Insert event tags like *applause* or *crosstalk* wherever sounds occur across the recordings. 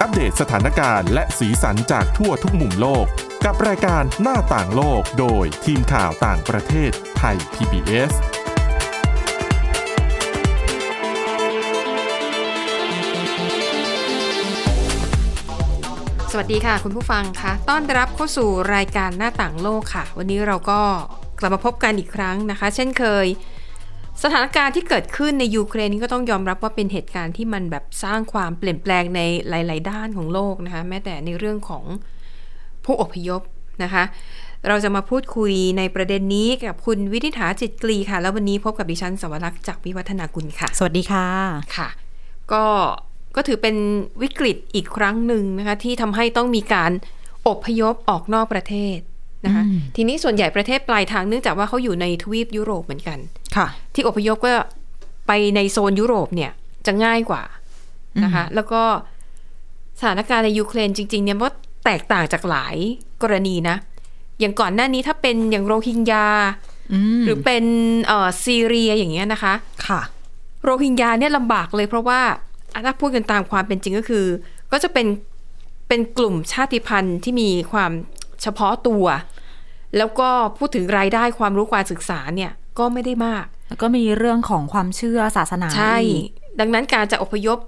อัปเดตสถานการณ์และสีสันจากทั่วทุกมุมโลก กับรายการหน้าต่างโลกโดยทีมข่าวต่างประเทศไทย PBS สวัสดีค่ะ คุณผู้ฟังคะต้อนรับเข้าสู่รายการหน้าต่างโลกค่ะ วันนี้เราก็กลับมาพบกันอีกครั้งนะคะ เช่นเคย สถานการณ์ที่เกิดขึ้นในยูเครนนี่ก็ต้องยอมรับว่าเป็นเหตุการณ์ที่มันแบบสร้างความเปลี่ยนแปลงในหลาย ๆ ด้านของโลกนะคะ แม้แต่ในเรื่องของผู้อพยพนะคะ เราจะมาพูดคุยในประเด็นนี้กับคุณวินิษฐาจิตกรีค่ะ แล้ววันนี้พบกับดิฉันสวรักษ์จากวิวัฒนากุลค่ะ สวัสดีค่ะ ค่ะก็ก็ถือเป็นวิกฤตอีกครั้งหนึ่งนะคะที่ทำให้ต้องมีการอพยพออกนอกประเทศนะคะ อืม ทีนี้ส่วนใหญ่ประเทศปลายทางเนื่องจากว่าเขาอยู่ในทวีปยุโรปเหมือนกัน ค่ะ ที่อพยพก็ไปในโซนยุโรปเนี่ยจะง่ายกว่านะคะแล้วก็สถานการณ์ในยูเครนจริง ๆ เนี่ยมันก็แตกต่างจากหลายกรณีนะ อย่างก่อนหน้านี้ถ้าเป็นอย่างโรฮิงญา อืม หรือเป็นเอ่อซีเรียอย่างเงี้ยนะคะ ค่ะ โรฮิงญาเนี่ยลำบากเลยเพราะว่าอ่ะถ้าพูดกันตามความเป็นจริงก็คือ ก็จะเป็นเป็นกลุ่มชาติพันธุ์ที่มีความเฉพาะตัว แล้วก็พูดถึงรายได้ความรู้ความศึกษาเนี่ยก็ไม่ได้มาก แล้วก็มีเรื่องของความเชื่อศาสนา ใช่ อีก ดังนั้นการจะอพยพ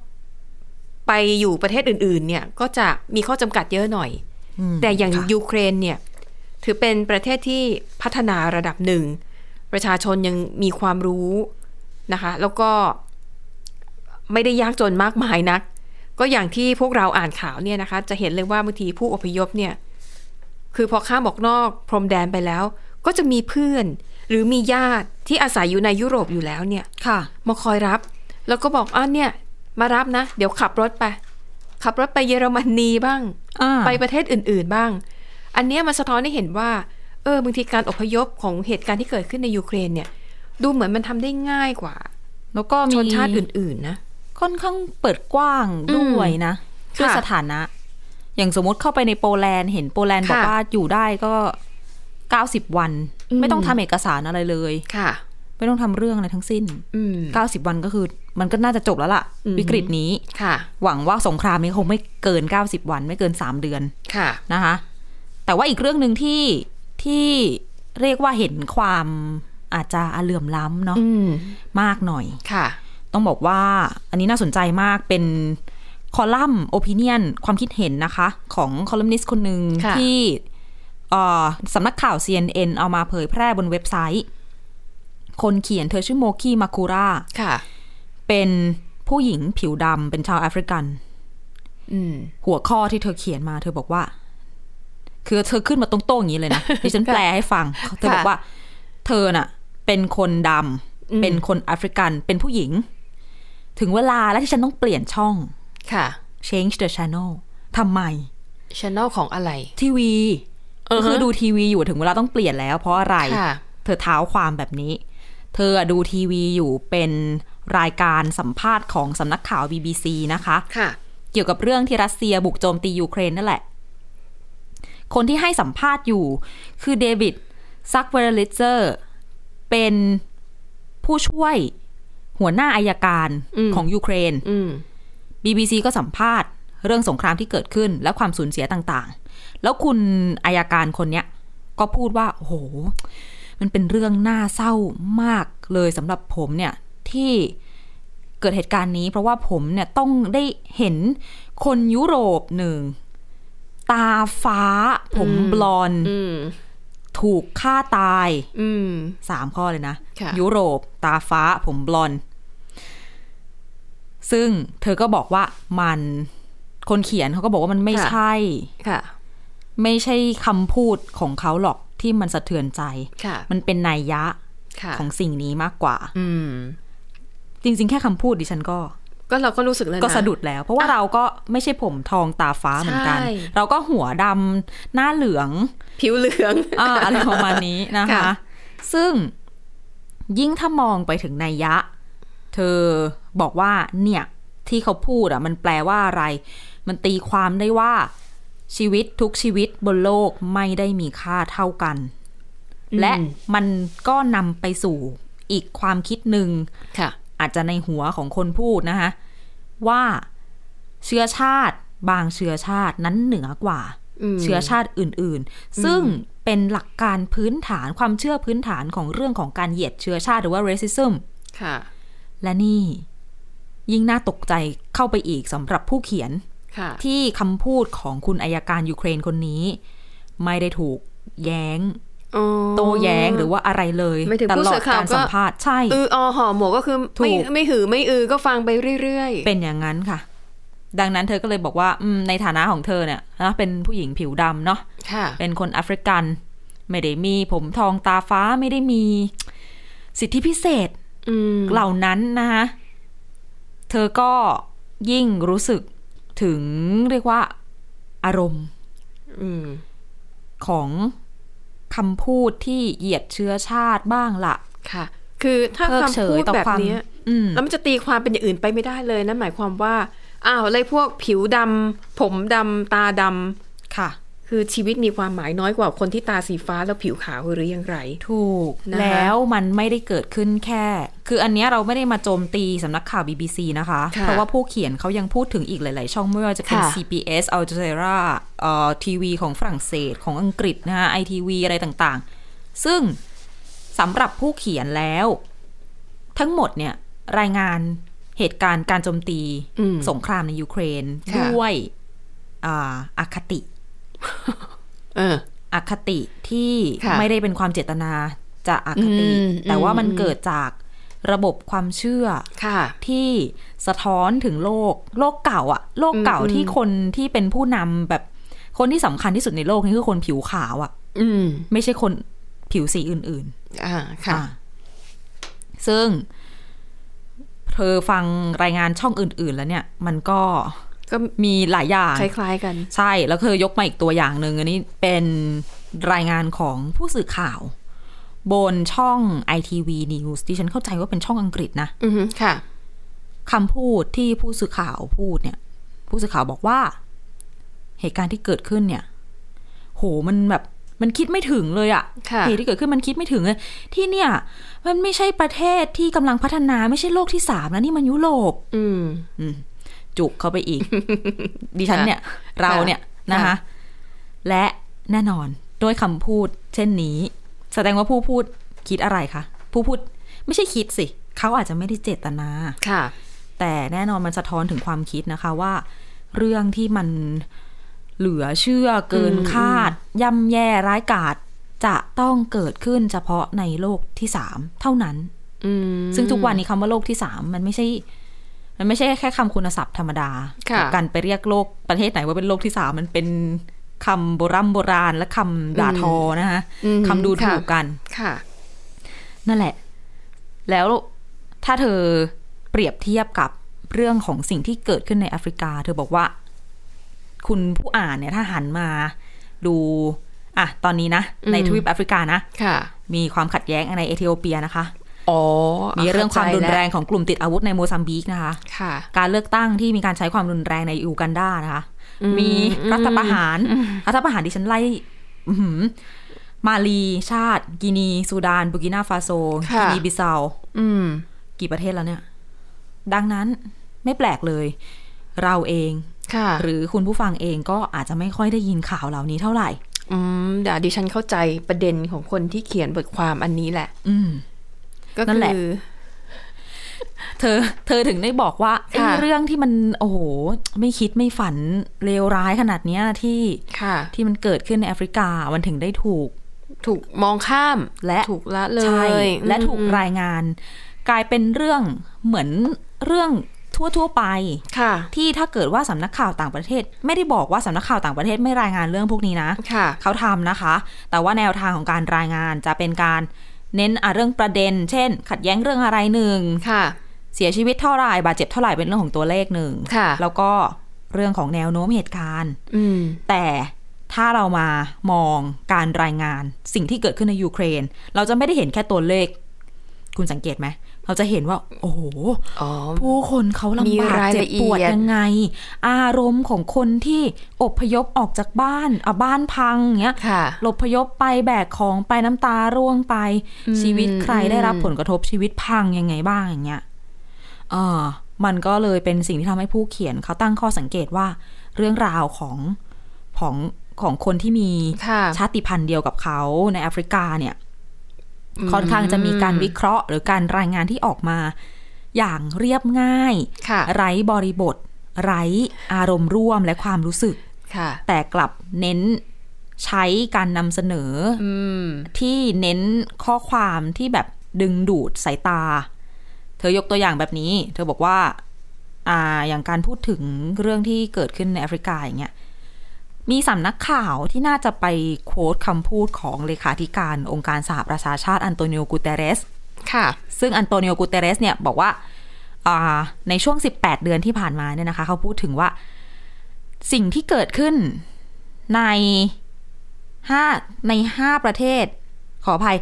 ไปอยู่ประเทศอื่นๆเนี่ยก็จะมีข้อจำกัดเยอะหน่อย อืม แต่อย่าง ค่ะ ยูเครนเนี่ยถือเป็นประเทศที่พัฒนาระดับหนึ่ง ประชาชนยังมีความรู้นะคะ แล้วก็ไม่ได้ยากจนมากมายนัก ก็อย่างที่พวกเราอ่านข่าวเนี่ยนะคะ จะเห็นเลยว่าบางทีผู้อพยพเนี่ย คือพอข้ามออกนอกพรมแดนไปแล้ว ก็จะมีเพื่อน หรือมีญาติที่อาศัยอยู่ในยุโรปอยู่แล้วเนี่ย ค่ะ มาคอยรับ แล้วก็บอกอ้าวเนี่ย มารับนะ เดี๋ยวขับรถไป ขับรถไปเยอรมนีบ้าง อ่า ไปประเทศอื่น ๆบ้าง อันเนี้ยมันสะท้อนให้เห็นว่า เออบางทีการอพยพของเหตุการณ์ที่เกิดขึ้นในยูเครนเนี่ย ดูเหมือนมันทำได้ง่ายกว่า แล้วก็มี ชนชาติอื่น ๆ นะ ค่อนข้างเปิดกว้างด้วยนะ ค่ะ ด้วยสถานะ อย่างสมมติเข้าไปในโปแลนด์เห็นโปแลนด์ ค่ะ บอกว่าอยู่ได้ก็เก้าสิบวัน อืม ไม่ต้องทำเอกสารอะไรเลย ค่ะ ไม่ต้องทำเรื่องอะไรทั้งสิ้น อืม เก้าสิบวันก็คือ มันก็น่าจะจบแล้วล่ะ อืม วิกฤตนี้ ค่ะ หวังว่าสงครามนี้คงไม่เกินเก้าสิบวัน ไม่เกินสามเดือน ค่ะ นะคะแต่ว่าอีกเรื่องหนึ่งที่ที่เรียกว่าเห็นความอาจจะเหลื่อมล้ำเนาะ อืม มากหน่อย ค่ะ ต้องบอกว่าอันนี้น่าสนใจมากเป็นคอลัมน์ opinion ความคิดเห็นนะคะ ของคอลัมนิสต์คนหนึ่ง ค่ะ ที่เอ่อสำนักข่าว CNN เอามาเผยแพร่บนเว็บไซต์ คนเขียนเธอชื่อโมคีมาคูรา ค่ะ เป็นผู้หญิงผิวดำเป็นชาวแอฟริกัน อืม หัวข้อที่เธอเขียนมาเธอบอกว่า คือเธอขึ้นมาตรงๆอย่าง *laughs* นี้เลยนะ ดิฉันแปลให้ฟัง เธอบอกว่า เธอน่ะ เป็นคนดำ อืม เป็นคนแอฟริกันเป็นผู้หญิง ถึงเวลาแล้วที่ฉันต้องเปลี่ยนช่อง ค่ะ change the channel ทำไม ชแนลของอะไร ทีวี อือฮะ ก็คือดูทีวีอยู่ถึงเวลาต้องเปลี่ยนแล้ว เพราะอะไร ค่ะ เธอเท้าความแบบนี้ เธอดูทีวีอยู่เป็นรายการสัมภาษณ์ของสำนักข่าว BBC นะคะ ค่ะ เกี่ยวกับเรื่องที่รัสเซียบุกโจมตียูเครนนั่นแหละ คนที่ให้สัมภาษณ์อยู่คือเดวิดซักเวลลิเซอร์เป็นผู้ช่วยหัวหน้าอายการ อืม ของยูเครน อืม BBC ก็สัมภาษณ์เรื่องสงครามที่เกิดขึ้นและความสูญเสียต่างๆ แล้วคุณอายการคนเนี้ยก็พูดว่าโอ้โห มันเป็นเรื่องน่าเศร้ามากเลยสำหรับผมเนี่ย ที่เกิดเหตุการณ์นี้ เพราะว่าผมเนี่ยต้องได้เห็นคนยุโรปหนึ่ง ตาฟ้า ผมบลอนด์ อืม ถูกฆ่าตาย อืม สามข้อเลยนะ ค่ะ ยุโรป ตาฟ้า ผมบลอนด์ซึ่งเธอก็บอกว่ามันคนเขียนเขาก็บอกว่ามันไม่ใช่ ค่ะ ไม่ใช่คำพูดของเขาหรอกที่มันสะเทือนใจ ค่ะ มันเป็นนัยยะ ค่ะ ของสิ่งนี้มากกว่า อืม จริง ๆ แค่คำพูดดิฉันก็ ก็เราก็รู้สึกแล้วนะ ก็สะดุดแล้ว เพราะว่า อ่ะ เราก็ไม่ใช่ผมทองตาฟ้าเหมือนกัน ใช่ เราก็หัวดำหน้าเหลือง ผิวเหลือง อาอะไรประมาณนี้นะคะ ค่ะ ซึ่งยิ่งถ้ามองไปถึงนัยยะ เธอบอกว่าเนี่ยที่เขาพูดอะมันแปลว่าอะไร มันตีความได้ว่า ชีวิตทุกชีวิตบนโลกไม่ได้มีค่าเท่ากัน และมันก็นำไปสู่อีกความคิดหนึ่ง ค่ะ อาจจะในหัวของคนพูดนะคะว่าเชื้อชาติ บางเชื้อชาตินั้นเหนือกว่า ม เชื้อชาติอื่น อืม ๆ ซึ่งเป็นหลักการพื้นฐานความเชื่อพื้นฐานของเรื่องของการเหยียดเชื้อชาติหรือว่า racism ค่ะ และนี่ยิ่งน่าตกใจเข้าไปอีกสำหรับผู้เขียน ค่ะ ที่คำพูดของคุณอายการยูเครนคนนี้ ไม่ได้ถูกแย้ง อ๋อ โต้แย้งหรือว่าอะไรเลย หมายถึง ต ผู้ ลอ สื่ ด อข่าว การ ก็ สัมภาษณ์ใช่ อืออห่อหมวกก็คือ ถู ไม่ ก ไม่หือไม่อือก็ฟังไปเรื่อยๆ เป็นอย่างนั้นค่ะ ดังนั้นเธอก็เลยบอกว่าอืมในฐานะของเธอเนี่ยนะเป็นผู้หญิงผิวดำเนาะ ค่ะ เป็นคนแอฟริกัน ไม่ได้มีผมทองตาฟ้าไม่ได้มี สิทธิพิเศษ อืม เหล่านั้นนะคะเธอก็ยิ่งรู้สึกถึงเรียกว่าอารมณ์ อืม ของคำพูดที่เหยียดเชื้อชาติบ้างละ ค่ะ คือถ้า เพิกเฉ คำพู ย ด ต่อ แบบ ความ เนี้ย อืม แล้วมันจะตีความเป็นอย่างอื่นไปไม่ได้เลยนะ หมายความว่า อ้าวอะไรพวกผิวดำผมดำตาดำ ค่ะ คือชีวิตมีความหมายน้อยกว่าคนที่ตาสีฟ้าแล้วผิวขาวหรืออย่างไร ถูก นะคะ แล้วมันไม่ได้เกิดขึ้นแค่ คืออันเนี้ยเราไม่ได้มาโจมตีสำนักข่าว BBC นะคะ ค่ะ เพราะว่าผู้เขียนเขายังพูดถึงอีกหลาย ๆ ช่องไม่ว่าจะเป็น ค่ะ CBS Al Jazeera เอ่อทีวีของฝรั่งเศสของอังกฤษนะคะ ITV อะไรต่างๆ ซึ่งสำหรับผู้เขียนแล้ว ทั้งหมดเนี่ยรายงานเหตุการณ์การโจมตี อืม สงครามในยูเครน ค่ะ ด้วยอาอคติ เออ อคติที่ ค่ะ ไม่ได้เป็นความเจตนาจะอคติ อืม แต่ว่ามัน อืม เกิดจากระบบความเชื่อ ค่ะ ที่สะท้อนถึงโลก โลกเก่าอะโลกเก่า อืม ที่คนที่เป็นผู้นำแบบคนที่สำคัญที่สุดในโลกนี่คือคนผิวขาวอะ อืม ไม่ใช่คนผิวสีอื่น ๆ อ่า ค่ะ อ่ะซึ่งเธอฟังรายงานช่องอื่น ๆ แล้วเนี่ย มันก็ ก็ มีหลายอย่าง คล้ายๆกัน ใช่ แล้วเธอยกมาอีกตัวอย่างหนึ่งอันนี้เป็นรายงานของผู้สื่อข่าว บนช่อง ITV News ที่ฉันเข้าใจว่าเป็นช่องอังกฤษนะ อือฮึค่ะ คำพูดที่ผู้สื่อข่าวพูดเนี่ย ผู้สื่อข่าวบอกว่า เหตุการณ์ที่เกิดขึ้นเนี่ย โหมันแบบมันคิดไม่ถึงเลยอะ ค่ะ เหตุที่เกิดขึ้นมันคิดไม่ถึงเลยที่เนี่ย มันไม่ใช่ประเทศที่กำลังพัฒนาไม่ใช่โลกที่สามนะนี่มันยุโรป อืม อืมจุกเข้าไป *laughs* อีก ดิฉันเนี่ย เราเนี่ยนะคะ ค่ะ และแน่นอนด้วยคำพูด เช่นนี้ แสดงว่าผู้พูดคิดอะไรคะผู้พูดไม่ใช่คิดสิเขาอาจจะไม่ได้เจตนา ค่ะ แต่แน่นอนมันสะท้อนถึงความคิดนะคะว่า เรื่องที่มันเหลือเชื่อเกิน อืม คาด ย่ำแย่ร้ายกาจจะต้องเกิดขึ้นเฉพาะในโลกที่สามเท่านั้น อืม ซึ่งทุกวันนี้คำว่าโลกที่สามมันไม่ใช่ มันไม่ใช่แค่คำคุณศัพท์ธรรมดา ค่ะ กับการไปเรียกโลกประเทศไหนว่าเป็นโลกที่สามมันเป็นคำโบรำโบราณและคำด่าทอนะคะ อืม คำดูถูกกัน ค่ะ นั่นแหละ แล้วถ้าเธอเปรียบเทียบกับเรื่องของสิ่งที่เกิดขึ้นในแอฟริกา เธอบอกว่า คุณผู้อ่านเนี่ยถ้าหันมาดู อ่ะ ตอนนี้นะ อืม ในทวีปแอฟริกานะ ค่ะ มีความขัดแย้งในเอธิโอเปียนะคะ อ๋อ มีเรื่องความรุนแร เข้ งของกลุ่มติดอาวุธในโมซัมบิกนะคะ ใจแล้วค่ะ การเลือกตั้งที่มีการใช้ความรุนแรงในอูกันดานะคะ อืม มีรัฐประหาร อืม รัฐประหารดิฉันไล่อื้อหือมาลีชาติ กินี ซูดาน บุกินาฟาโซ ค่ะ กินีบิซาว อืม กี่ประเทศแล้วเนี่ย ดังนั้นไม่แปลกเลย เราเอง ค่ะ หรือคุณผู้ฟังเองก็อาจจะไม่ค่อยได้ยินข่าวเหล่านี้เท่าไหร่ อืมเดี๋ยวดิฉันเข้าใจประเด็นของคนที่เขียนบทความอันนี้แหละ อืม ก็ นั่น คื แหละ อ เธอ เธอถึงได้บอกว่าไอ้ ค่ะ เรื่องที่มันโอ้โห ไม่คิดไม่ฝันเลวร้ายขนาดเนี้ยที่ ค่ะ ที่มันเกิดขึ้นในแอฟริกามันถึงได้ถูก ถูกมองข้าม และ ถูกละเล ใช่ ย และถูก อืม รายงาน กลายเป็นเรื่องเหมือนเรื่องทั่วๆไป ค่ะ ที่ถ้าเกิดว่าสำนักข่าวต่างประเทศ ไม่ได้บอกว่าสำนักข่าวต่างประเทศไม่รายงานเรื่องพวกนี้นะ ค่ะ เขาทำนะคะ แต่ว่าแนวทางของการรายงานจะเป็นการเน้นอ่ะเรื่องประเด็น เช่น ขัดแย้งเรื่องอะไรหนึ่ง ค่ะ เสียชีวิตเท่าไหร่บาดเจ็บเท่าไหร่เป็นเรื่องของตัวเลขหนึ่ง ค่ะ แล้วก็เรื่องของแนวโน้มเหตุการณ์ อืม แต่ถ้าเรามามองการรายงานสิ่งที่เกิดขึ้นในยูเครน เราจะไม่ได้เห็นแค่ตัวเลข คุณสังเกตไหม เราจะเห็นว่า โอ้โห อ๋อ ผู้คนเขา มี ลำบาก ราย เจ็บ ละเอียด ปวดยังไง อารมณ์ของคนที่อพยพออกจากบ้านอ่ะบ้านพังเงี้ย ค่ะ หลบพยพไปแบกของไปน้ำตาร่วงไป อืม ชีวิตใคร อืม ได้รับผลกระทบชีวิตพังยังไงบ้างอย่างเงี้ยเออ มันก็เลยเป็นสิ่งที่ทำให้ผู้เขียนเขาตั้งข้อสังเกตว่า เรื่องราวของของของคนที่มี ค่ะ ชาติพันธุ์เดียวกับเขาในแอฟริกาเนี่ย ค่อนข้างจะมีการวิเคราะห์ หรือการรายงานที่ออกมา อย่างเรียบง่าย ค่ะ ไร้บริบท ไร้อารมณ์ร่วมและความรู้สึก ค่ะ แต่กลับเน้นใช้การนำเสนอ อืม ที่เน้นข้อความที่แบบดึงดูดสายตา เธอยกตัวอย่างแบบนี้ เธอบอกว่า อ่าอย่างการพูดถึงเรื่องที่เกิดขึ้นในแอฟริกาอย่างเงี้ยมีสำนักข่าวที่น่าจะไปโค้ดคำพูดของเลขาธิการองค์การสหประชาชาติอันโตนิโอกูเตเรส ค่ะ ซึ่งอันโตนิโอกูเตเรสเนี่ยบอกว่าอ่า ในช่วง 18 เดือนที่ผ่านมาเนี่ยนะคะ เขาพูดถึงว่าสิ่งที่เกิดขึ้นใน 5 ใน 5 ประเทศ ขออภัย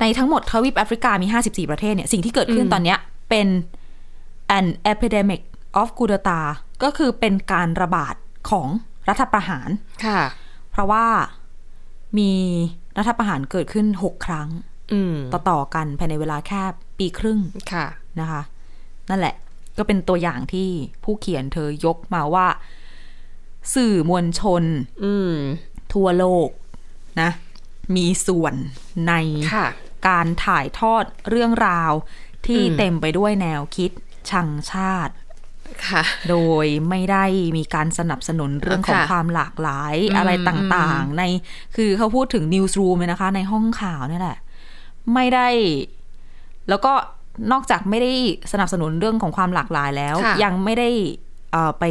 ในทั้งหมดทวีปแอฟริกามี 54 ประเทศเนี่ย สิ่งที่เกิดขึ้น อืม ตอนเนี้ยเป็น an epidemic of g u d a t a ก็คือเป็นการระบาดของรัฐประหาร ค่ะ เพราะว่ามีรัฐประหารเกิดขึ้น 6 ครั้ง อืม ต่อๆกันภายในเวลาแค่ปีครึ่ง ค่ะ นะคะ นั่นแหละก็เป็นตัวอย่างที่ผู้เขียนเธอยกมาว่า สื่อมวลชน อืม ทั่วโลกนะ มีส่วนใน ค่ะ การถ่ายทอดเรื่องราวที่ อืม เต็มไปด้วยแนวคิดชังชาติ ค่ะ โดยไม่ได้มีการสนับสนุนเรื่องของ ค่ะ ความหลากหลาย อืม อะไรต่างๆ ในคือเขาพูดถึงนิวส์รูมเลยนะคะ ในห้องข่าวเนี่ยแหละ ไม่ได้ แล้วก็นอกจากไม่ได้สนับสนุนเรื่องของความหลากหลายแล้ว ค่ะ ยังไม่ได้เอ่อไป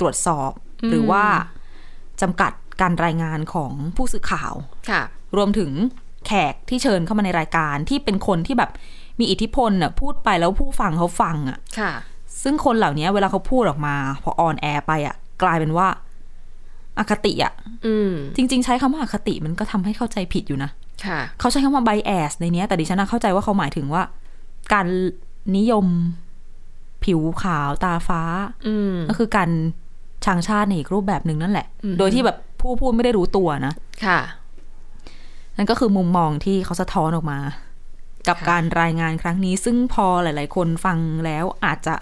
ตรวจสอบ อืม หรือว่าจำกัดการรายงานของผู้สื่อข่าว ค่ะ รวมถึงแขกที่เชิญเข้ามาในรายการที่เป็นคนที่แบบมีอิทธิพลน่ะพูดไปแล้วผู้ฟังเขาฟังอ่ะ ค่ะ ซึ่งคนเหล่านี้เวลาเขาพูดออกมา พอออนแอร์ไปอ่ะ กลายเป็นว่าอคติอ่ะ อืม จริง ๆ ใช้คำว่าอคติมันก็ทำให้เข้าใจผิดอยู่นะ ค่ะ เขาใช้คำว่า bias ในเนี้ย แต่ดิฉันน่ะเข้าใจว่าเขาหมายถึงว่า การนิยมผิวขาวตาฟ้า อืม ก็คือการชังชาติในอีกรูปแบบหนึ่งนั่นแหละ อืม โดยที่แบบผู้พูดไม่ได้รู้ตัวนะ ค่ะ นั่นก็คือมุมมองที่เขาสะท้อนออกมา กับ ค่ะ การรายงานครั้งนี้ ซึ่งพอหลาย ๆ คนฟังแล้วอาจจะ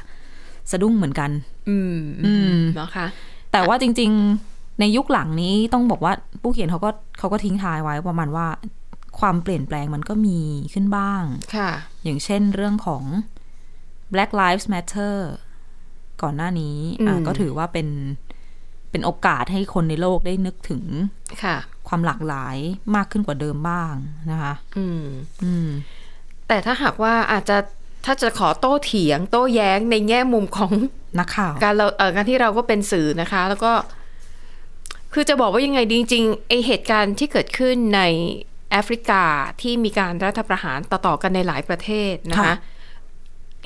สะดุ้งเหมือนกัน อืม อืม เนาะค่ะ แต่ว่าจริงๆ ในยุคหลังนี้ต้องบอกว่าผู้เขียนเขาก็เขาก็ทิ้งท้ายไว้ประมาณว่า ความเปลี่ยนแปลงมันก็มีขึ้นบ้าง ค่ะ อย่างเช่นเรื่องของ Black Lives Matter ก่อนหน้านี้ อืม อ่ะก็ถือว่าเป็นเป็นโอกาสให้คนในโลกได้นึกถึง ค่ะ ความหลากหลายมากขึ้นกว่าเดิมบ้างนะคะ อืม อืม แต่ถ้าหากว่าอาจจะถ้าจะขอโต้เถียง โต้แย้งในแง่มุมของ นักข่าว การเราเอ่อการที่เราก็เป็นสื่อนะคะ แล้วก็ คือจะบอกว่ายังไงดีจริงๆไอเหตุการณ์ที่เกิดขึ้นในแอฟริกาที่มีการรัฐประหารต่อ ๆ กันในหลายประเทศนะคะ ค่ะ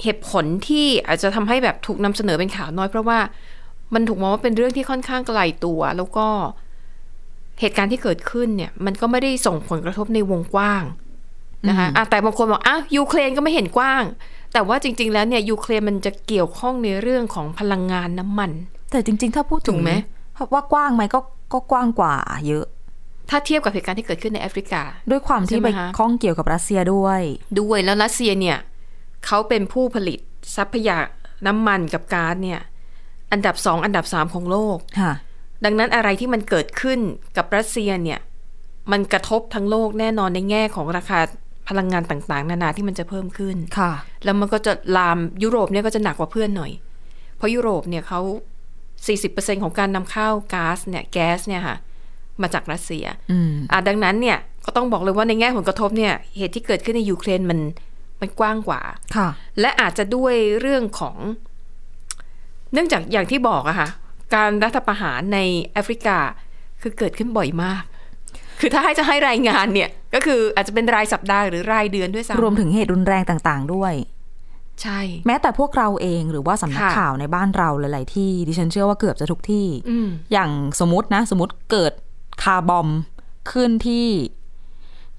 เหตุผลที่อาจจะทำให้แบบถูกนำเสนอเป็นข่าวน้อย เพราะว่ามันถูกมองว่าเป็นเรื่องที่ค่อนข้างไกลตัว แล้วก็เหตุการณ์ที่เกิดขึ้นเนี่ย มันก็ไม่ได้ส่งผลกระทบในวงกว้าง นะคะอ่ะแต่บางคนบอกอ้าวยูเครนก็ไม่เห็นกว้าง แต่ว่าจริง ๆ แล้วเนี่ยยูเครนมันจะเกี่ยวข้องในเรื่องของพลังงานน้ำมัน แต่จริง ๆ ถ้าพูด ถูกไหม ว่ากว้างไหมก็ก็กว้างกว่า เยอะ ถ้าเทียบกับเหตุการณ์ที่เกิดขึ้นในแอฟริกา ด้วยความที่ ใช่ไห ไป มคะ ข้องเกี่ยวกับรัสเซียด้วย ด้วยแล้วรัสเซียเนี่ยเขาเป็นผู้ผลิตทรัพยาน้ำมันกับก๊าซเนี่ยอันดับสองอันดับสามของโลก ค่ะ ดังนั้นอะไรที่มันเกิดขึ้นกับรัสเซียเนี่ยมันกระทบทั้งโลกแน่นอนในแง่ของราคาพลังงานต่างๆ นานาที่มันจะเพิ่มขึ้น ค่ะ แล้วมันก็จะลามยุโรปเนี่ยก็จะหนักกว่าเพื่อนหน่อย เพราะยุโรปเนี่ยเขา 40%ของการนำเข้าก๊าซเนี่ยแก๊สเนี่ยค่ะ มาจากรัสเซีย อืม อ่ะดังนั้นเนี่ยก็ต้องบอกเลยว่าในแง่ผลกระทบเนี่ยเหตุที่เกิดขึ้นในยูเครนมันมันกว้างกว่า ค่ะ และอาจจะด้วยเรื่องของ เนื่องจากอย่างที่บอกอะค่ะ การรัฐประหารในแอฟริกาคือเกิดขึ้นบ่อยมาก คือถ้าให้จะให้รายงานเนี่ย ก็คืออาจจะเป็นรายสัปดาห์หรือรายเดือนด้วยซ้ำ รวมถึงเหตุรุนแรงต่างๆ ด้วย ใช่ แม้แต่พวกเราเองหรือว่าสำนัก ค่ะ ข่าวในบ้านเราหลาย ๆ ที่ ดิฉันเชื่อว่าเกือบจะทุกที่ อืม อย่างสมมตินะ สมมติเกิดคาร์บอมขึ้นที่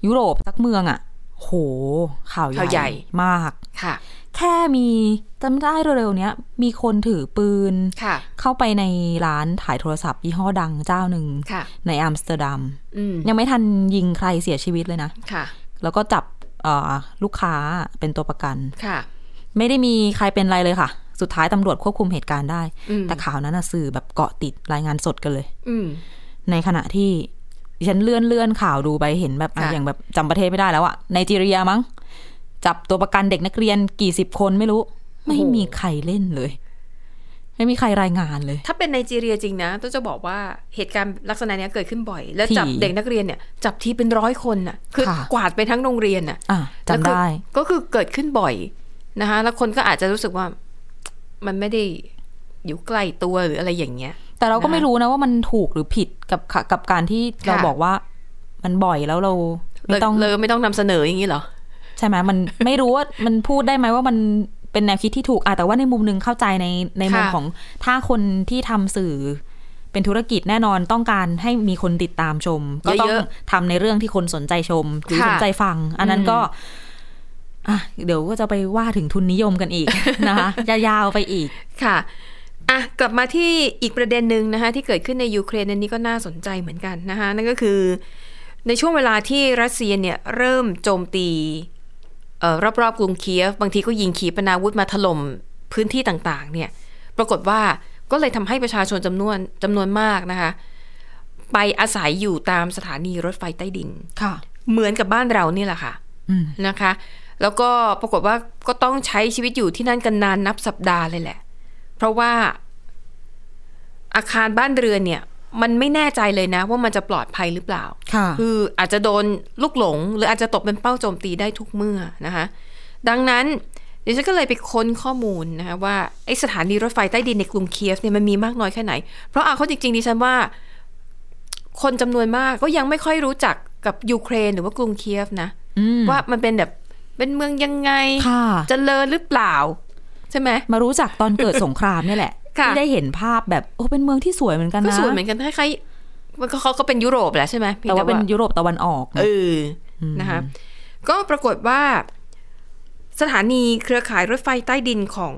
ยุโรปสักเมืองอะ่ะ โห ข่าว ข่าว ให ใหญ่ ญ่มาก ค่ะ แค่มีจำได้เร็วๆเนี้ย มีคนถือปืน ค่ะ เข้าไปในร้านถ่ายโทรศัพท์ยี่ห้อดังเจ้าหนึ่ง ค่ะ ในอัมสเตอร์ดัม อืม ยังไม่ทันยิงใครเสียชีวิตเลยนะ ค่ะ แล้วก็จับเอ่อลูกค้าเป็นตัวประกัน ค่ะ ไม่ได้มีใครเป็นอะไรเลยค่ะ สุดท้ายตำรวจควบคุมเหตุการณ์ได้ อืม แต่ข่าวนั้นน่ะสื่อแบบเกาะติดรายงานสดกันเลย อืม ในขณะที่ดิฉันเลื่อนเลื่อนข่าวดูไปเห็นแบบอ่ะ ค่ะ อย่างแบบจำประเทศไม่ได้แล้วอะไนจีเรียมั้ง จับตัวประกันเด็กนักเรียนกี่สิบคนไม่รู้ ไม่มีใครเล่นเลย ไม่มีใครรายงานเลย ถ้าเป็นไนจีเรียจริงนะต้องจะบอกว่าเหตุการณ์ลักษณะเนี้ยเกิดขึ้นบ่อย แล้วจับ ถี่ เด็กนักเรียนเนี่ยจับทีเป็นร้อยคนน่ะคือ ค่ะ กวาดไปทั้งโรงเรียนน่ะ อ่ะจำ แล้วก็ ได้ ก็คือเกิดขึ้นบ่อยนะคะแล้วคนก็อาจจะรู้สึกว่ามันไม่ได้อยู่ใกล้ตัวหรืออะไรอย่างเงี้ย แต่เราก็ นะคะ ไม่รู้นะว่ามันถูกหรือผิดกับกับกับการที่เรา ค่ะ บอกว่ามันบ่อยแล้วเรา เล ไม่ ย ต้อง เลยไม่ต้องนำเสนออย่างนี้เหรอ ใช่ไหมมัน ไม่รู้ว่ามันพูดได้ไหมว่ามันเป็นแนวคิดที่ถูกอ่ะแต่ว่าในมุมหนึ่งเข้าใจในในมุม ค่ะ ของถ้าคนที่ทำสื่อ เป็นธุรกิจแน่นอนต้องการให้มีคนติดตามชม ก็ต้อง เยอะ ทำในเรื่องที่คนสนใจชมหรือ ค่ะ สนใจฟัง อันนั้น อืม ก็อ่ะเดี๋ยวก็จะไปว่าถึงทุนนิยมกันอี *laughs* ก นะคะยาวๆไปอีก ค่ะอ่ะ กลับมาที่อีกประเด็นหนึ่งนะคะที่เกิดขึ้นในยูเครนอันนี้ก็น่าสนใจเหมือนกันนะคะนั่นก็คือในช่วงเวลาที่รัสเซียเนี่ยเริ่มโจมตีเอ่อรอบๆกรุงเคียฟ บางทีก็ยิงขีปนาวุธมาถล่มพื้นที่ต่างๆเนี่ยปรากฏว่าก็เลยทำให้ประชาชนจำนวนจำนวนมากนะคะไปอาศัยอยู่ตามสถานีรถไฟใต้ดิน ค่ะ เหมือนกับบ้านเรานี่แหละค่ะ อืม นะคะ แล้วก็ปรากฏว่าก็ต้องใช้ชีวิตอยู่ที่นั่นกันนานนับสัปดาห์เลยแหละ เพราะว่าอาคารบ้านเรือนเนี่ย มันไม่แน่ใจเลยนะว่ามันจะปลอดภัยหรือเปล่า ค่ะ คืออาจจะโดนลูกหลง หรืออาจจะตกเป็นเป้าโจมตีได้ทุกเมื่อนะคะ ดังนั้นเดี๋ยวฉันก็เลยไปค้นข้อมูลนะคะว่าไอสถานีรถไฟใต้ดินในกรุงเคียฟเนี่ยมันมีมากน้อยแค่ไหน เพราะเอาเข้าจริงๆดิฉันว่า คนจำนวนมากก็ยังไม่ค่อยรู้จักกับยูเครนหรือว่ากรุงเคียฟนะ อืม ว่ามันเป็นแบบเป็นเมืองยังไง ค่ะ เจริญหรือเปล่า ใช่ไหม มารู้จักตอนเกิดสงครามเนี่ยแหละ ค่ะ ที่ได้เห็นภาพแบบโอ้เป็นเมืองที่สวยเหมือนกันนะ ก็สวยเหมือนกันคล้ายๆมันก็เขาก็เป็นยุโรปแหละใช่ไหมพียง แต่ว่าเป็นยุโรปตะวันออก เอออ ม นะคะก็ปรากฏว่าสถานีเครือข่ายรถไฟใต้ดินของ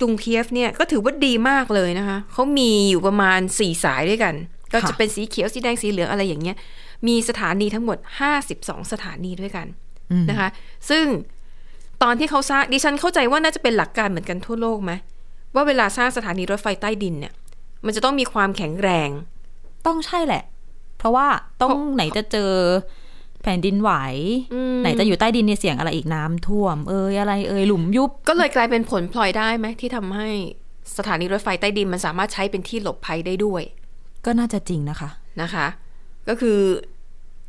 กรุงเคียฟเนี่ยก็ถือว่าดีมากเลยนะคะเขามีอยู่ประมาณสี่สายด้วยกัน ก็จะเป็นสีเขียวสีแดงสีเหลืองอะไรอย่างเงี้ย มีสถานีทั้งหมดห้าสิบสองสถานีด้วยกัน ม นะคะ ซึ่งตอนที่เขาสร้างดิฉันเข้าใจว่าน่าจะเป็นหลักการเหมือนกันทั่วโลกไหมว่าเวลาสร้างสถานีรถไฟใต้ดินเนี่ย มันจะต้องมีความแข็งแรง ต้องใช่แหละ เพราะว่าต้อง เพราะ ไหนจะเจอแผ่นดินไหว อืม ไหนจะอยู่ใต้ดินในเสียงอะไรอีกน้ำท่วม เอยอะไรเอยหลุมยุบ ก็เลยกลายเป็นผลพลอยได้ไหมที่ทำให้สถานีรถไฟใต้ดินมันสามารถใช้เป็นที่หลบภัยได้ด้วย ก็น่าจะจริงนะคะ นะคะ ก็คือ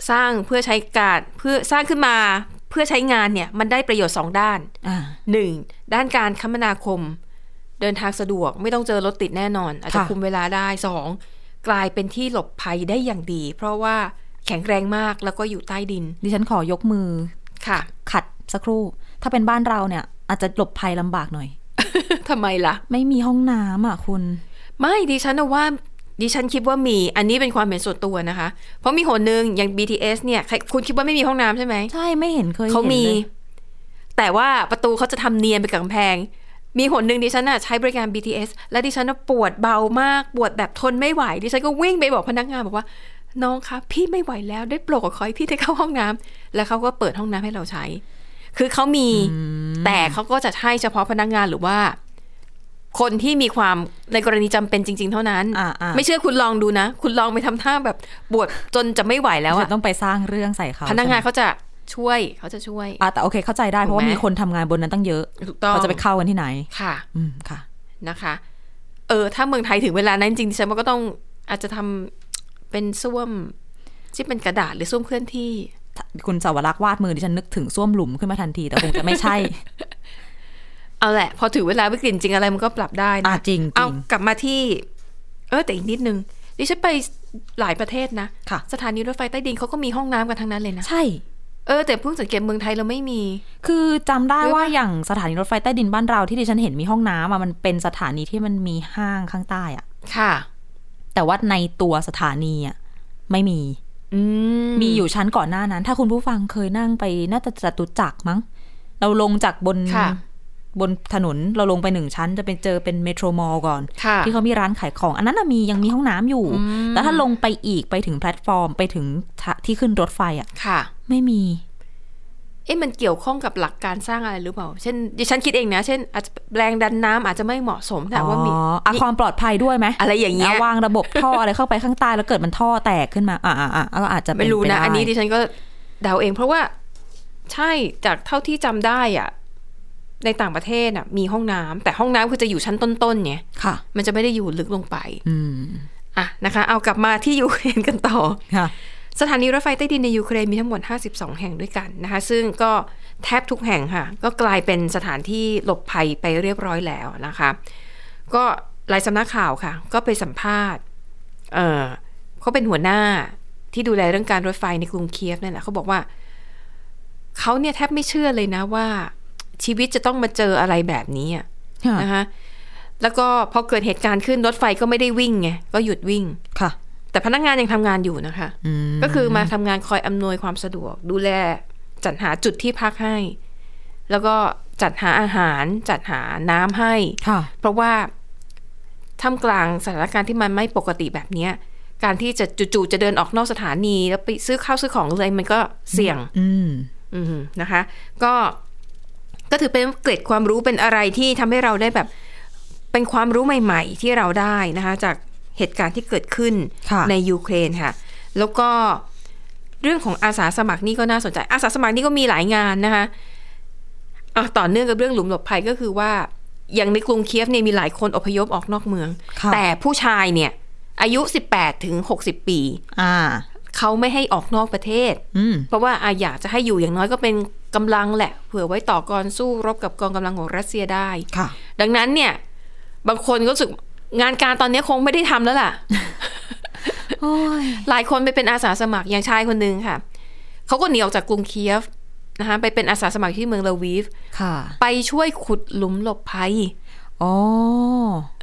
สร้างเพื่อใช้การเพื่อสร้างขึ้นมาเพื่อใช้งานเนี่ย มันได้ประโยชน์สองด้าน อ่า หนึ่งด้านการคมนาคม เดินทางสะดวกไม่ต้องเจอรถติดแน่นอน อาจจะ ค่ะ คุมเวลาได้สองกลายเป็นที่หลบภัยได้อย่างดี เพราะว่าแข็งแรงมากแล้วก็อยู่ใต้ดิน ดิฉันขอยกมือ ค่ะ *laughs* ขัดสักครู่ ถ้าเป็นบ้านเราเนี่ย อาจจะหลบภัยลำบากหน่อย ทำไมล่ะ ไม่มีห้องน้ำอ่ะคุณ ไม่ดิฉันนะว่าดิฉันคิดว่ามีอันนี้เป็นความเห็นส่วนตัวนะคะ เพราะมีหนหนึ่งอย่าง BTS เนี่ยใครคุณคิดว่าไม่มีห้องน้ำใช่ไหม ใช่ไม่เห็นเคย เขา ห็นลย มี แต่ว่าประตูเขาจะทำเนียนไปกับกำแพง มีหนหนึ่งดิฉันน่ะใช้บริการ BTS และดิฉันน่ะปวดเบามาก ปวดแบบทนไม่ไหว ดิฉันก็วิ่งไปบอกพนักงานบอกว่า น้องคะพี่ไม่ไหวแล้วได้โปรดขอให้พี่ได้เข้าห้องน้ำแล้วเขาก็เปิดห้องน้ำให้เราใช้ คือเขามี แต่เขาก็จะให้เฉพาะพนักงานหรือว่า คนที่มีความในกรณีจำเป็นจริง ๆ เท่านั้น อ่าอ่า ไม่เชื่อคุณลองดูนะ คุณลองไปทำท่าแบบปวดจนจะไม่ไหวแล้ว ฉั อะ นต้องไปสร้างเรื่องใส่เขา พนักงาน ใช่ไหม เขาจะช่วยเขาจะช่วย อ่าแต่โอเคเข้าใจได้เพราะว่า ถูกไหม มีคนทำงานบนนั้นตั้งเยอะ ถูกต้อง เขาจะไปเข้ากันที่ไหน ค่ะ อืม ค่ะ นะคะ เออ ถ้าเมืองไทยถึงเวลานั้นจริงๆดิฉันว่าก็ต้องอาจจะทำเป็นส้วมที่เป็นกระดาษหรือส้วมเคลื่อนที่ คุณสาวรักษ์วาดมือดิฉันนึกถึงส้วมหลุมขึ้นมาทันที แต่คงจะไม่ใช่ เอาแหละ พอถึงเวลาวิกฤตจริงอะไรมันก็ปรับได้ อ่า นะ จริงจ เอา ริง กลับมาที่ เออแต่อีกนิดนึงดิฉันไปหลายประเทศนะ ค่ะ สถานีรถไฟใต้ดินเขาก็มีห้องน้ำกันทั้งนั้นเลยนะ ใช่ เออแต่เพิ่งสังเกตเมืองไทยเราไม่มี คือจำได้ หรือ ว่า ว่า อย่างสถานีรถไฟใต้ดินบ้านเราที่ดิฉันเห็นมีห้องน้ำอะมันเป็นสถานีที่มันมีห้างข้างใต้อะ ค่ะ แต่ว่าในตัวสถานีอะไม่มี อืม มีอยู่ชั้นก่อนหน้านั้น ถ้าคุณผู้ฟังเคยนั่งไปน่าจะจตุจักรมั้ง เราลงจากบน ค่ะ บนถนนเราลงไปหนึ่งชั้น จะไปเจอเป็นเมโทรมอลล์ก่อน ค่ะ ที่เขามีร้านขายของ อันนั้นนะมียังมีห้องน้ำอยู่ อืม แต่ถ้าลงไปอีกไปถึงแพลตฟอร์ม ไปถึงทะที่ขึ้นรถไฟอ่ะ ค่ะ ไม่มี เอ๊ะมันเกี่ยวข้องกับหลักการสร้างอะไรหรือเปล่า เช่นดิฉันคิดเองนะ เช่นอาจจะแรงดันน้ำอาจจะไม่เหมาะสมแต่ว่ามี อ๋ออะความปลอดภัยด้วยไหม อะไรอย่างเงี้ย ะวางระบบท่ออะไรเข้าไปข้างใต้แล้วเกิดมันท่อแตกขึ้นมา อ่าอ่าอ่าเราอาจจะเป็ ไม่รู้ ป นะ ด้ อันนี้ดิฉันก็เดาเองเพราะว่าใช่จากเท่าที่จำได้อะในต่างประเทศอะมีห้องน้ำแต่ห้องน้ำคือจะอยู่ชั้นต้นๆไง ค่ะ มันจะไม่ได้อยู่ลึกลงไป อืม อ่ะนะคะ เอากลับมาที่ *laughs* ยูเครนกันต่อ ค่ะ สถานีรถไฟใต้ดินในยูเครนมีทั้งหมด 52 แห่งด้วยกันนะคะ ซึ่งก็แทบทุกแห่งค่ะ ก็กลายเป็นสถานที่หลบภัยไปเรียบร้อยแล้วนะคะ ก็หลายสำนักข่าวค่ะ ก็ไปสัมภาษณ์ เออเขาเป็นหัวหน้าที่ดูแลเรื่องการรถไฟในกรุงเคียฟนั่นแหละเขาบอกว่า เขาเนี่ยแทบไม่เชื่อเลยนะว่า ชีวิตจะต้องมาเจออะไรแบบนี้อะ ค่ะ นะคะ แล้วก็พอเกิดเหตุการณ์ขึ้นรถไฟก็ไม่ได้วิ่งไงก็หยุดวิ่ง ค่ะ แต่พนักงานยังทำงานอยู่นะคะ อืม ก็คือมาทำงานคอยอำนวยความสะดวก ดูแลจัดหาจุดที่พักให้ แล้วก็จัดหาอาหารจัดหาน้ำให้ ค่ะ เพราะว่าท่ามกลางสถานการณ์ที่มันไม่ปกติแบบเนี้ย การที่จะจู่ๆจะเดินออกนอกสถานี แล้วไปซื้อข้าวซื้อของเลยมันก็เสี่ยง อืม อืมนะคะ ก็ก็ถือเป็นเกร็ดความรู้เป็นอะไรที่ทำให้เราได้แบบเป็นความรู้ใหม่ ๆ ที่เราได้นะคะ จากเหตุการณ์ที่เกิดขึ้น ค่ะ ในยูเครนค่ะ แล้วก็เรื่องของอาสาสมัครนี่ก็น่าสนใจ อาสาสมัครนี่ก็มีหลายงานนะคะอ่ะต่อเนื่องกับเรื่องหลุมหลบภัยก็คือว่าอย่างในกรุงเคียฟเนี่ยมีหลายคนอพยพออกนอกเมือง ค่ะ แต่ผู้ชายเนี่ย อายุ 18ถึง60 ปี อ่า เขาไม่ให้ออกนอกประเทศ อืม เพราะว่าอาอยากจะให้อยู่อย่างน้อยก็เป็นกำลังแหละ เผื่อไว้ต่อกรสู้รบกับกองกำลังของรัสเซียได้ ค่ะ ดังนั้นเนี่ย บางคนก็รู้สึกงานการตอนนี้คงไม่ได้ทำแล้วล่ะ *laughs* โอ้ย หลายคนไปเป็นอาสาสมัครอย่างชายคนหนึ่งค่ะ เขาก็หนีออกจากกรุงเคียฟนะคะไปเป็นอาสาสมัครที่เมืองลาวีฟ ค่ะ ไปช่วยขุดหลุมหลบภัย อ๋อ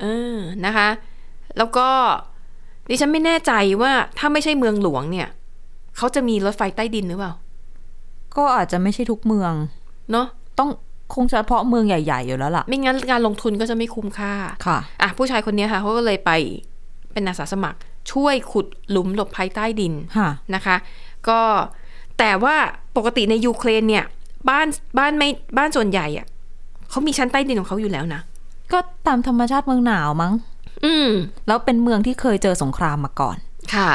เออนะคะ แล้วก็ดิฉันไม่แน่ใจว่าถ้าไม่ใช่เมืองหลวงเนี่ยเขาจะมีรถไฟใต้ดินหรือเปล่า ก็อาจจะไม่ใช่ทุกเมือง เนาะ ต้องคงเฉพาะเมืองใหญ่ ๆ อยู่แล้วล่ะ ไม่งั้นการลงทุนก็จะไม่คุ้มค่า ค่ะ อ่ะผู้ชายคนเนี้ยค่ะเขาก็เลยไปเป็นอาสาสมัคร ช่วยขุดหลุมหลบภัยใต้ดิน ค่ะ นะคะ ก็แต่ว่าปกติในยูเครนเนี่ยบ้านบ้านไม่บ้านส่วนใหญ่อะเขามีชั้นใต้ดินของเขาอยู่แล้วนะ ก็ตามธรรมชาติเมืองหนาวมั้ง อืม แล้วเป็นเมืองที่เคยเจอสงครามมาก่อน ค่ะ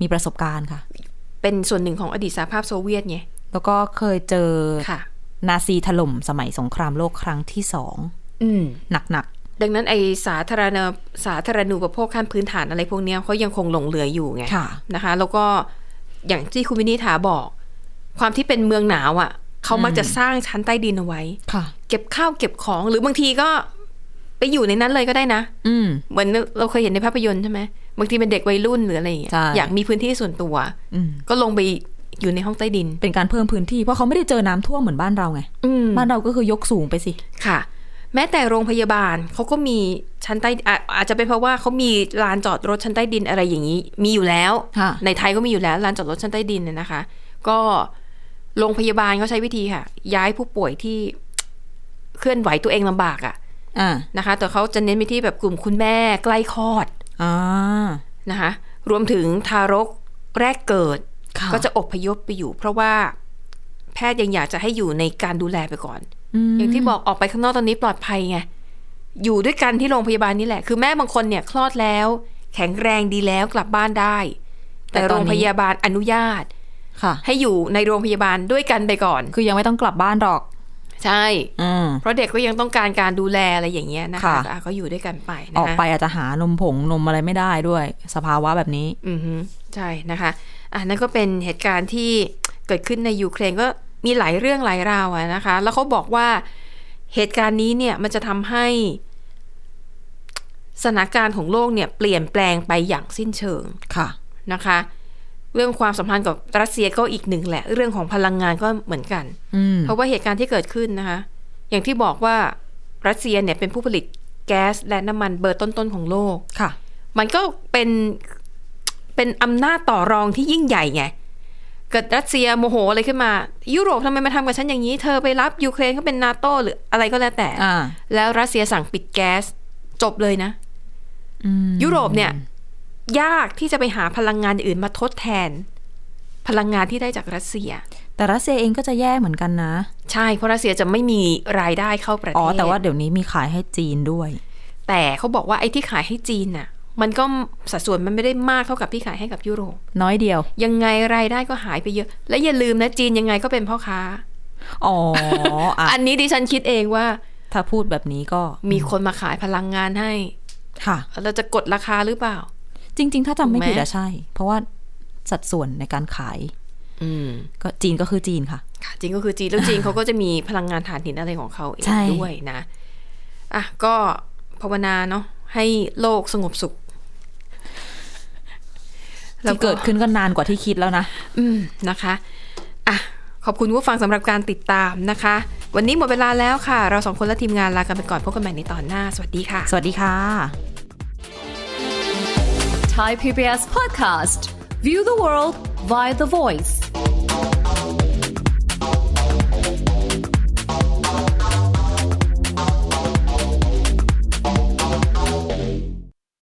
มีประสบการณ์ค่ะ เป็นส่วนหนึ่งของอดีตสหภาพโซเวียตไง แล้วก็เคยเจอ ค่ะ นาซีถล่มสมัยสงครามโลกครั้งที่สอง อืม หนัก ดังนั้นไอสาธารณสาธารณูปโภคขั้นพื้นฐานอะไรพวกเนี้ยเขายังคงหลงเหลืออยู่ไง ๆ ค่ะ นะคะแล้วก็อย่างที่คุณวินิษฐาบอก ความที่เป็นเมืองหนาวอะ่ะเขามักจะสร้างชั้นใต้ดินเอาไว้ ค่ะ เก็บข้าวเก็บของหรือบางทีก็ไปอยู่ในนั้นเลยก็ได้นะ อืม เหมือนเราเคยเห็นในภาพยนตร์ใช่ไหมบางทีเป็นเด็กวัยรุ่นหรืออะไรอย่างเงี้ย ใช่ อยากมีพื้นที่ส่วนตัว อืม ก็ลงไปอยู่ในห้องใต้ดิน เป็นการเพิ่มพื้นที่ เพราะเขาไม่ได้เจอน้ำท่วมเหมือนบ้านเราไง อืม บ้านเราก็คือยกสูงไปสิ ค่ะ แม้แต่โรงพยาบาลเขาก็มีชั้นใต้อ่ะอาจจะเป็นเพราะว่าเขามีลานจอดรถชั้นใต้ดินอะไรอย่างนี้ มีอยู่แล้ว ค่ะ ในไทยก็มีอยู่แล้วลานจอดรถชั้นใต้ดินน่ะนะคะ ก็โรงพยาบาลก็ใช้วิธีค่ะ ย้ายผู้ป่วยที่ เคลื่อนไหวตัวเองลำบากอะ อ่า นะคะ แต่เขาจะเน้นไปที่แบบกลุ่มคุณแม่ใกล้คลอด อ่า นะคะ รวมถึงทารกแรกเกิด ค่ะ ก็จะอพยพไปอยู่ เพราะว่าแพทย์ยังอยากจะให้อยู่ในการดูแลไปก่อน อืม อย่างที่บอกออกไปข้างนอกตอนนี้ปลอดภัยไงอยู่ด้วยกันที่โรงพยาบาลนี่แหละ คือแม่บางคนเนี่ยคลอดแล้ว แข็งแรงดีแล้วกลับบ้านได้ แต่ แต่ตโรอนนี้งพยาบาลอนุญาต ค่ะ ให้อยู่ในโรงพยาบาลด้วยกันไปก่อน คือยังไม่ต้องกลับบ้านหรอก ใช่ อืม เพราะเด็กก็ยังต้องการการดูแลอะไรอย่างเงี้ยนะคะ ค่ะ ก็อ่ะก็อยู่ด้วยกันไปนะคะ ออกไปอาจจะหานมผงนมอะไรไม่ได้ด้วย สภาวะแบบนี้ อือฮึใช่นะคะอ่ะนั่นก็เป็นเหตุการณ์ที่เกิดขึ้นในยูเครนก็มีหลายเรื่องหลายราวอะนะคะ แล้วเขาบอกว่าเหตุการณ์นี้เนี่ยมันจะทำให้สถานการณ์ของโลกเนี่ยเปลี่ยนแปลงไปอย่างสิ้นเชิง ค่ะ นะคะ เรื่องความสัมพันธ์กับรัสเซียก็อีกหนึ่งแหละ เรื่องของพลังงานก็เหมือนกัน อืม เพราะว่าเหตุการณ์ที่เกิดขึ้นนะคะ อย่างที่บอกว่ารัสเซียเนี่ยเป็นผู้ผลิตแก๊สและน้ำมันเบอร์ต้นๆของโลก ค่ะ มันก็เป็นเป็นอำนาจต่อรองที่ยิ่งใหญ่ไง เกิดรัสเซียโมโหอะไรขึ้นมา ยุโรปทำไมมาทำกับฉันอย่างนี้ เธอไปรับยูเครนเขาเป็นนาโตหรืออะไรก็แล้วแต่ อ่า แล้วรัสเซียสั่งปิดแก๊สจบเลยนะ อืม ยุโรปเนี่ย ยากที่จะไปหาพลังงานอื่นมาทดแทน พลังงานที่ได้จากรัสเซีย แต่ แต่รัสเซียเองก็จะแย่เหมือนกันนะ ใช่เพราะรัสเซียจะไม่มีรายได้เข้าประเทศ อ๋อ แต่ว่าเดี๋ยวนี้มีขายให้จีนด้วย แต่เขาบอกว่าไอ้ที่ขายให้จีนน่ะ มันก็สัดส่วนมันไม่ได้มากเท่ากับที่ขายให้กับยุโรป น้อยเดียว ยังไงรายได้ก็หายไปเยอะ และอย่าลืมนะจีนยังไงก็เป็นพ่อค้า อ๋อ *laughs* อ่ะ อันนี้ดิฉันคิดเองว่า ถ้าพูดแบบนี้ก็ มีคนมาขายพลังงานให้ ค่ะ เราจะกดราคาหรือเปล่า จริง ๆ ถ้าจำไม่ ถูกไหม ผิดอะใช่ เพราะว่าสัดส่วนในการขาย อืม ก็จีนก็คือจีนค่ะ ค่ะจริงก็คือจีนแล้วจีนเขาก็จะมีพลังงานถ่านหินอะไรของเขาเอง ใช่ ด้วยนะอ่ะก็ภาวนาเนาะให้โลกสงบสุขแล้ว ที่เกิดขึ้นก็นานกว่าที่คิดแล้วนะ อืมนะคะอ่ะขอบคุณผู้ฟังสำหรับการติดตามนะคะ วันนี้หมดเวลาแล้วค่ะ เราสองคนและทีมงานลากันไปก่อนพบกันใหม่ในตอนหน้าสวัสดีค่ะ สวัสดีค่ะ Thai PBS podcast. View the world via the voice.